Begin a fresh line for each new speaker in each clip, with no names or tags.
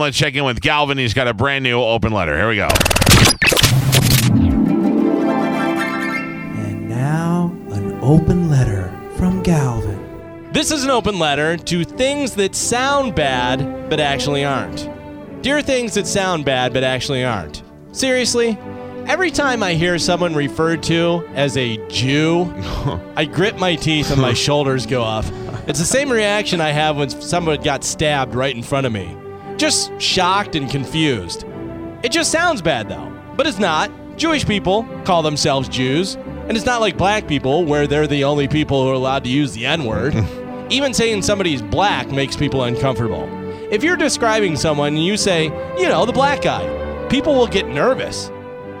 Let's check in with Galvin. He's got a brand new open letter. Here we go.
And now, an open letter from Galvin.
This is an open letter to things that sound bad but actually aren't. Dear things that sound bad but actually aren't. Seriously, every time I hear someone referred to as a Jew, I grit my teeth and my shoulders go up. It's the same reaction I have when someone got stabbed right in front of me. Just shocked and confused. It just sounds bad though, but it's not. Jewish people call themselves Jews, and it's not like black people where they're the only people who are allowed to use the N word. Even saying somebody's black makes people uncomfortable. If you're describing someone and you say, you know, the black guy, people will get nervous.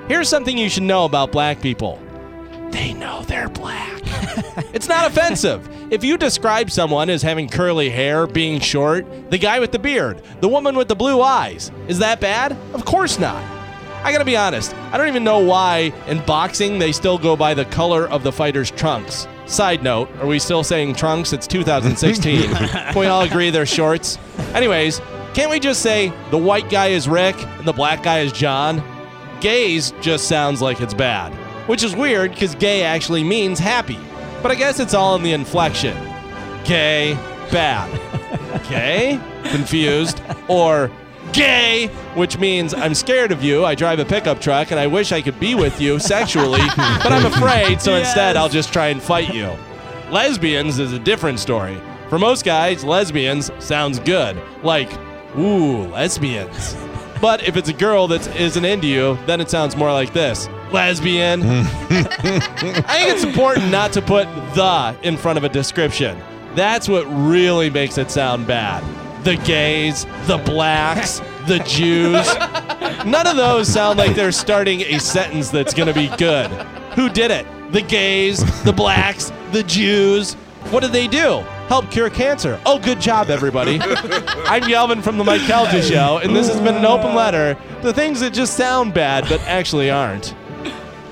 Here's something you should know about black people they know they're black. it's not offensive. If you describe someone as having curly hair, being short, the guy with the beard, the woman with the blue eyes, is that bad? Of course not. I gotta be honest, I don't even know why in boxing they still go by the color of the fighter's trunks. Side note, are we still saying trunks? It's 2016. Can we all agree they're shorts? Anyways, can't we just say the white guy is Rick and the black guy is John? Gays just sounds like it's bad, which is weird because gay actually means happy. But I guess it's all in the inflection. Gay, bad. Gay, confused, or gay, which means I'm scared of you. I drive a pickup truck and I wish I could be with you sexually, but I'm afraid, so instead I'll just try and fight you. Lesbians is a different story. For most guys, lesbians sounds good. Like, ooh, lesbians. But if it's a girl that isn't into you, then it sounds more like this lesbian. I think it's important not to put the in front of a description. That's what really makes it sound bad. The gays, the blacks, the Jews. None of those sound like they're starting a sentence that's going to be good. Who did it? The gays, the blacks, the Jews. What did they do? Help cure cancer. Oh, good job, everybody. I'm Galvin from the Mike Calta Show, and this has been an open letter. The things that just sound bad but actually aren't.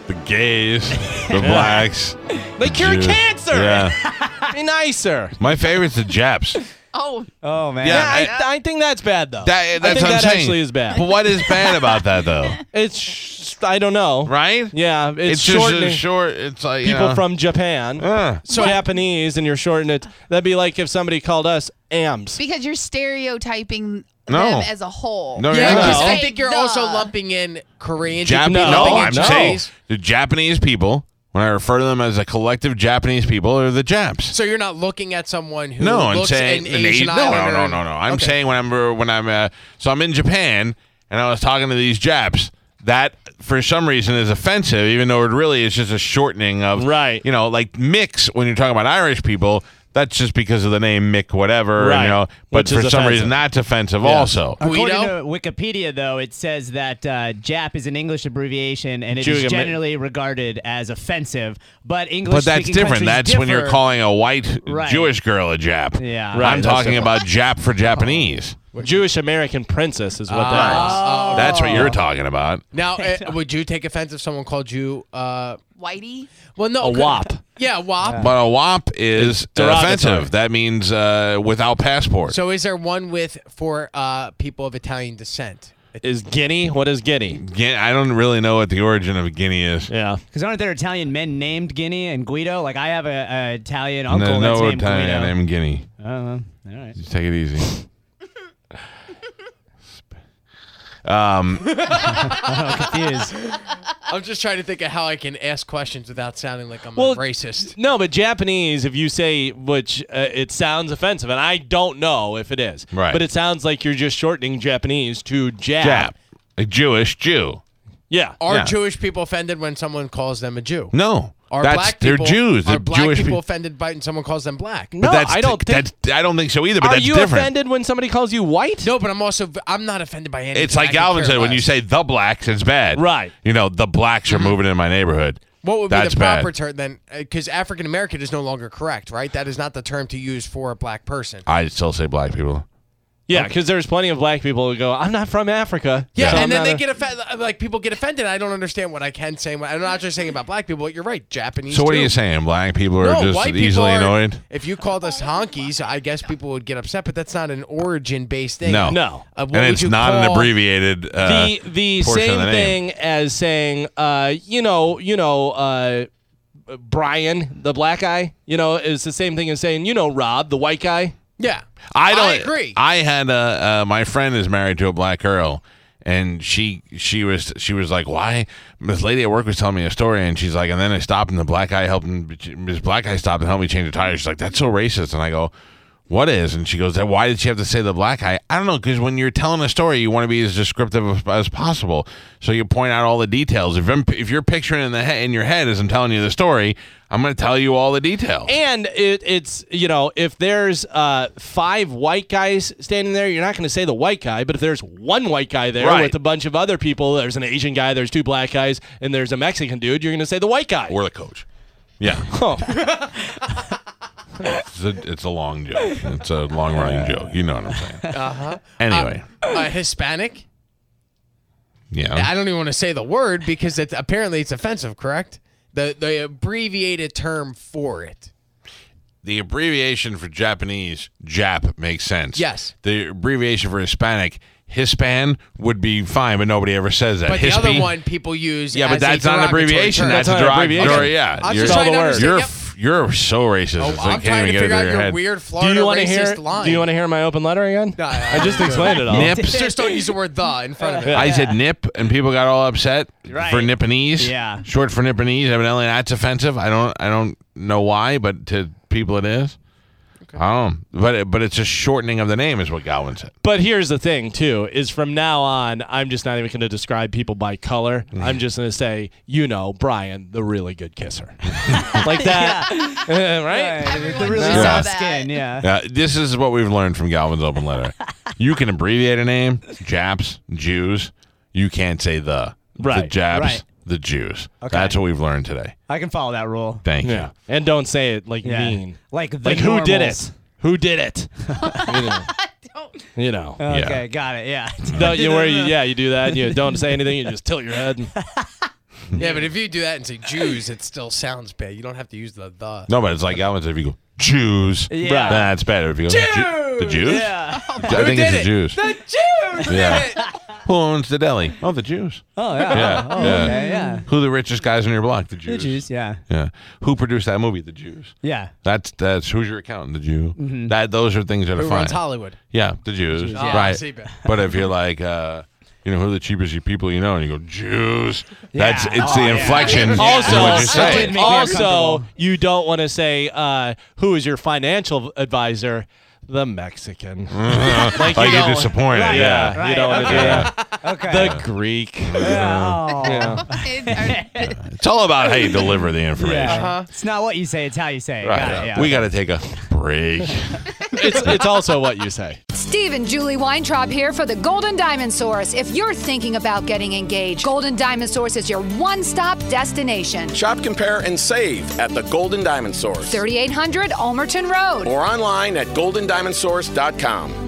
The gays, the blacks.
They cure
Jews.
cancer.
Yeah.
Be nicer.
My favorite's the Japs.
Oh,
Oh, man.
Yeah.
I, I think that's bad though.
That, that's
I think
what I'm
that
saying.
actually is
But
bad.
what is bad about that, though?
It's sh- I don't know.
Right?
Yeah, it's,
It's, just
shortening
a short. It's like you
people
know.
from Japan,
Uh,
so Japanese, and you're shortening it. That'd be like if somebody called us AMS.
because you're stereotyping
No.
them as a whole.
No,
Yeah,
you're
No.
just- I
Say
think you're
the.
also lumping in Korean.
Jap-
No,
no, I'm
no.
saying the Japanese people. When I refer to them as a collective Japanese people, are the Japs.
So you're not looking at someone who
No, I'm
looks
saying
an Asian
no, no,
islander.
no, no, no. I'm
Okay.
saying when I'm when I'm uh, so I'm in Japan and I was talking to these Japs. That for some reason is offensive, even though it really is just a shortening of
Right.
You know, like mix when you're talking about Irish people. That's just because of the name Mick, whatever. and,
Right.
you know, but
Which
for
is
some reason
offensive.
that's offensive also.
According
Guido?
to Wikipedia, though, it says that uh, Jap is an English abbreviation and it
Jew-
is generally regarded as offensive, but
But
English.
that's different. That's when you're calling a white
Right.
Jewish girl a Jap.
Yeah.
Right,
I'm
that's
talking about Jap for Japanese.
Jewish American princess is what
Ah.
that
Oh.
That's what you're talking about.
Now, uh, would you take offense if someone called you? Uh,
Whitey.
well, no,
A
could-
wop.
Yeah, wop.
But a WAP is
derogatory.
offensive. That means uh, without passport.
So is there one with for uh, people of Italian descent?
is. Is Guinea? What is Guinea?
Guin- I don't really know what the origin of Guinea is.
Yeah.
Because aren't there Italian men named Guinea and Guido? Like I have a, a Italian
No,
uncle that's
no
named
Italian
Guido.
name Guinea.
Oh, all right.
Just take it easy. um,
Confused.
I'm just trying to think of how I can ask questions without sounding like I'm
Well,
a racist.
No, but Japanese, if you say which, uh, it sounds offensive, and I don't know if it is.
Right.
But it sounds like you're just shortening Japanese to Jap.
Jap, a Jewish Jew.
Yeah.
Are
Yeah.
Jewish people offended when someone calls them a Jew?
No,
Are
that's
black
they're
people,
Jews. They're
Are black
Jewish
people
people.
offended by when someone calls them black?
no,
that's
I don't think.
that's- I don't think so either. But
Are
that's
you
different.
offended when somebody calls you white?
No, but I'm also I'm not offended by anything.
It's like
I could
Galvin
care
said when you
less.
say the blacks, it's bad.
Right.
You know, the blacks are moving in my neighborhood.
What would
That's
be the
bad.
proper term then? uh, Because African American is no longer correct, right? That is not the term to use for a black person.
I still say black people.
Yeah, because there's plenty of black people who go, I'm not from Africa.
Yeah,
so I'm
and then
not
they
a-"
get offended. Like people get offended. I don't understand what I can say. and what- I'm not just saying about black people. You're right, Japanese.
So what are
too.
you saying? Black people are
No,
just
white people
easily
are-
annoyed.
If you called us honkies, I guess people would get upset. But that's not an origin-based thing.
No,
No.
Uh, what
and
would
it's
you
not an
call-
abbreviated. Uh,
the the
portion of
same
the name.
thing as saying, uh, you know, you know, uh, Brian, the black guy, you know, is the same thing as saying, you know, Rob, the white guy.
Yeah,
I don't
I agree.
I had a uh, my friend is married to a black girl, and she she was she was like, why? This lady at work was telling me a story, and she's like, and then I stopped, and the black guy helped, and this black guy stopped and helped me change the tires. She's like, that's so racist, and I go. What is? And she goes, "Then why did she have to say the black guy? I don't know, because when you're telling a story, you want to be as descriptive as, as possible. So you point out all the details. If, I'm, if you're picturing in the he- in your head as I'm telling you the story, I'm going to tell you all the details.
And it, it's you know, if there's uh, five white guys standing there, you're not going to say the white guy. But if there's one white guy there
Right.
with a bunch of other people, there's an Asian guy, there's two black guys, and there's a Mexican dude, you're going to say the white guy.
or the coach. Yeah.
Oh.
It's a, it's a long joke. It's a long running joke. You know what I'm saying. Uh huh. Anyway,
Uh-huh. uh, Hispanic.
yeah.
I don't even want to say the word because it's apparently it's offensive. Correct? The the abbreviated term for it.
The abbreviation for Japanese, Jap, makes sense.
Yes.
The abbreviation for Hispanic, Hispan, would be fine, but nobody ever says that.
But the other
Hispy-
one people use.
Yeah,
as
but
a
that's not an
derogatory
abbreviation.
term.
That's,
That's
a
not an
derogatory.
abbreviation.
Yeah.
I'm
you're
just trying to understand-
you're,
yep.
f- you're so racist.
Oh,
it's like,
I'm
can't
trying
even get it
to figure
through
out
your
your
head.
weird
Do
Florida
you want to
racist
hear?
line.
Do you want to hear my open letter again?
No, I-
I just explained it all.
Nip.
Just don't use the word "the" in front of it.
I said nip, and people got all upset
Right.
for nippanese.
Yeah.
short for nippanese. Evidently, that's offensive. I don't, I don't know why, but to people it is. I don't, know. but it, but it's a shortening of the name, is what Galvin said.
But here's the thing, too, is from now on, I'm just not even going to describe people by color. I'm just going to say, you know, Brian, the really good kisser. like that. Uh, right?
The really
saw
soft
that.
skin, yeah.
Uh, this is what we've learned from Galvin's open letter. you can abbreviate a name, Japs, Jews. You can't say the the
Right,
Japs,
right.
the Jews.
Okay.
That's what we've learned today.
I can follow that rule.
Thank
Yeah.
you.
And don't say it like
Yeah.
mean.
Like the
Like, who did
normals.
it? Who did it? you know.
Don't-
You know.
Okay, got it. Yeah.
Don't- you, where you, yeah, you do that. You don't say anything. You just tilt your head. and-
Yeah, but if you do that and say Jews, it still sounds bad. You don't have to use the the.
No, but it's like Galvin said. If you go Jews,
Yeah.
Nah, that's better. If you go Jew- the Jews,
Yeah.
I think it's
did
the
it?
Jews.
The Jews.
Yeah. Who owns the deli? Oh, the Jews.
Oh yeah.
Yeah,
Oh,
yeah.
Okay, yeah.
Who the richest guys on your block? The
The
Jews.
Jews, yeah.
Yeah. Who produced that movie? The Jews.
Yeah.
That's that's who's your accountant? The Jew. That those are things that
Who
are fine.
runs Hollywood?
Yeah, the Jews.
Oh,
yeah. Ah, I see,
Right.
but-
but if you're like, uh, you know, who are the cheapest people you know, and you go Jews. That's
Yeah.
it's
Oh,
the
yeah.
inflection. in
Also,
what you
it
say.
did make me
also,
uncomfortable.
you don't want to say uh, who is your financial advisor, the Mexican.
Mm.
like
Uh, Like
don't-
you're disappointed.
Right.
Yeah.
you
Right,
don't want to do that.
Okay.
The Greek.
yeah. Oh.
it- are-
It's all about how you deliver the information.
Yeah. It's not what you say, it's how you say it.
Right.
Got it, yeah.
We got to take a break.
It's it's also what you say.
Steve and Julie Weintraub here for the Golden Diamond Source. If you're thinking about getting engaged, Golden Diamond Source is your one stop destination.
Shop, compare, and save at the Golden Diamond Source
3800 Almerton Road.
or online at goldendiamondsource.com.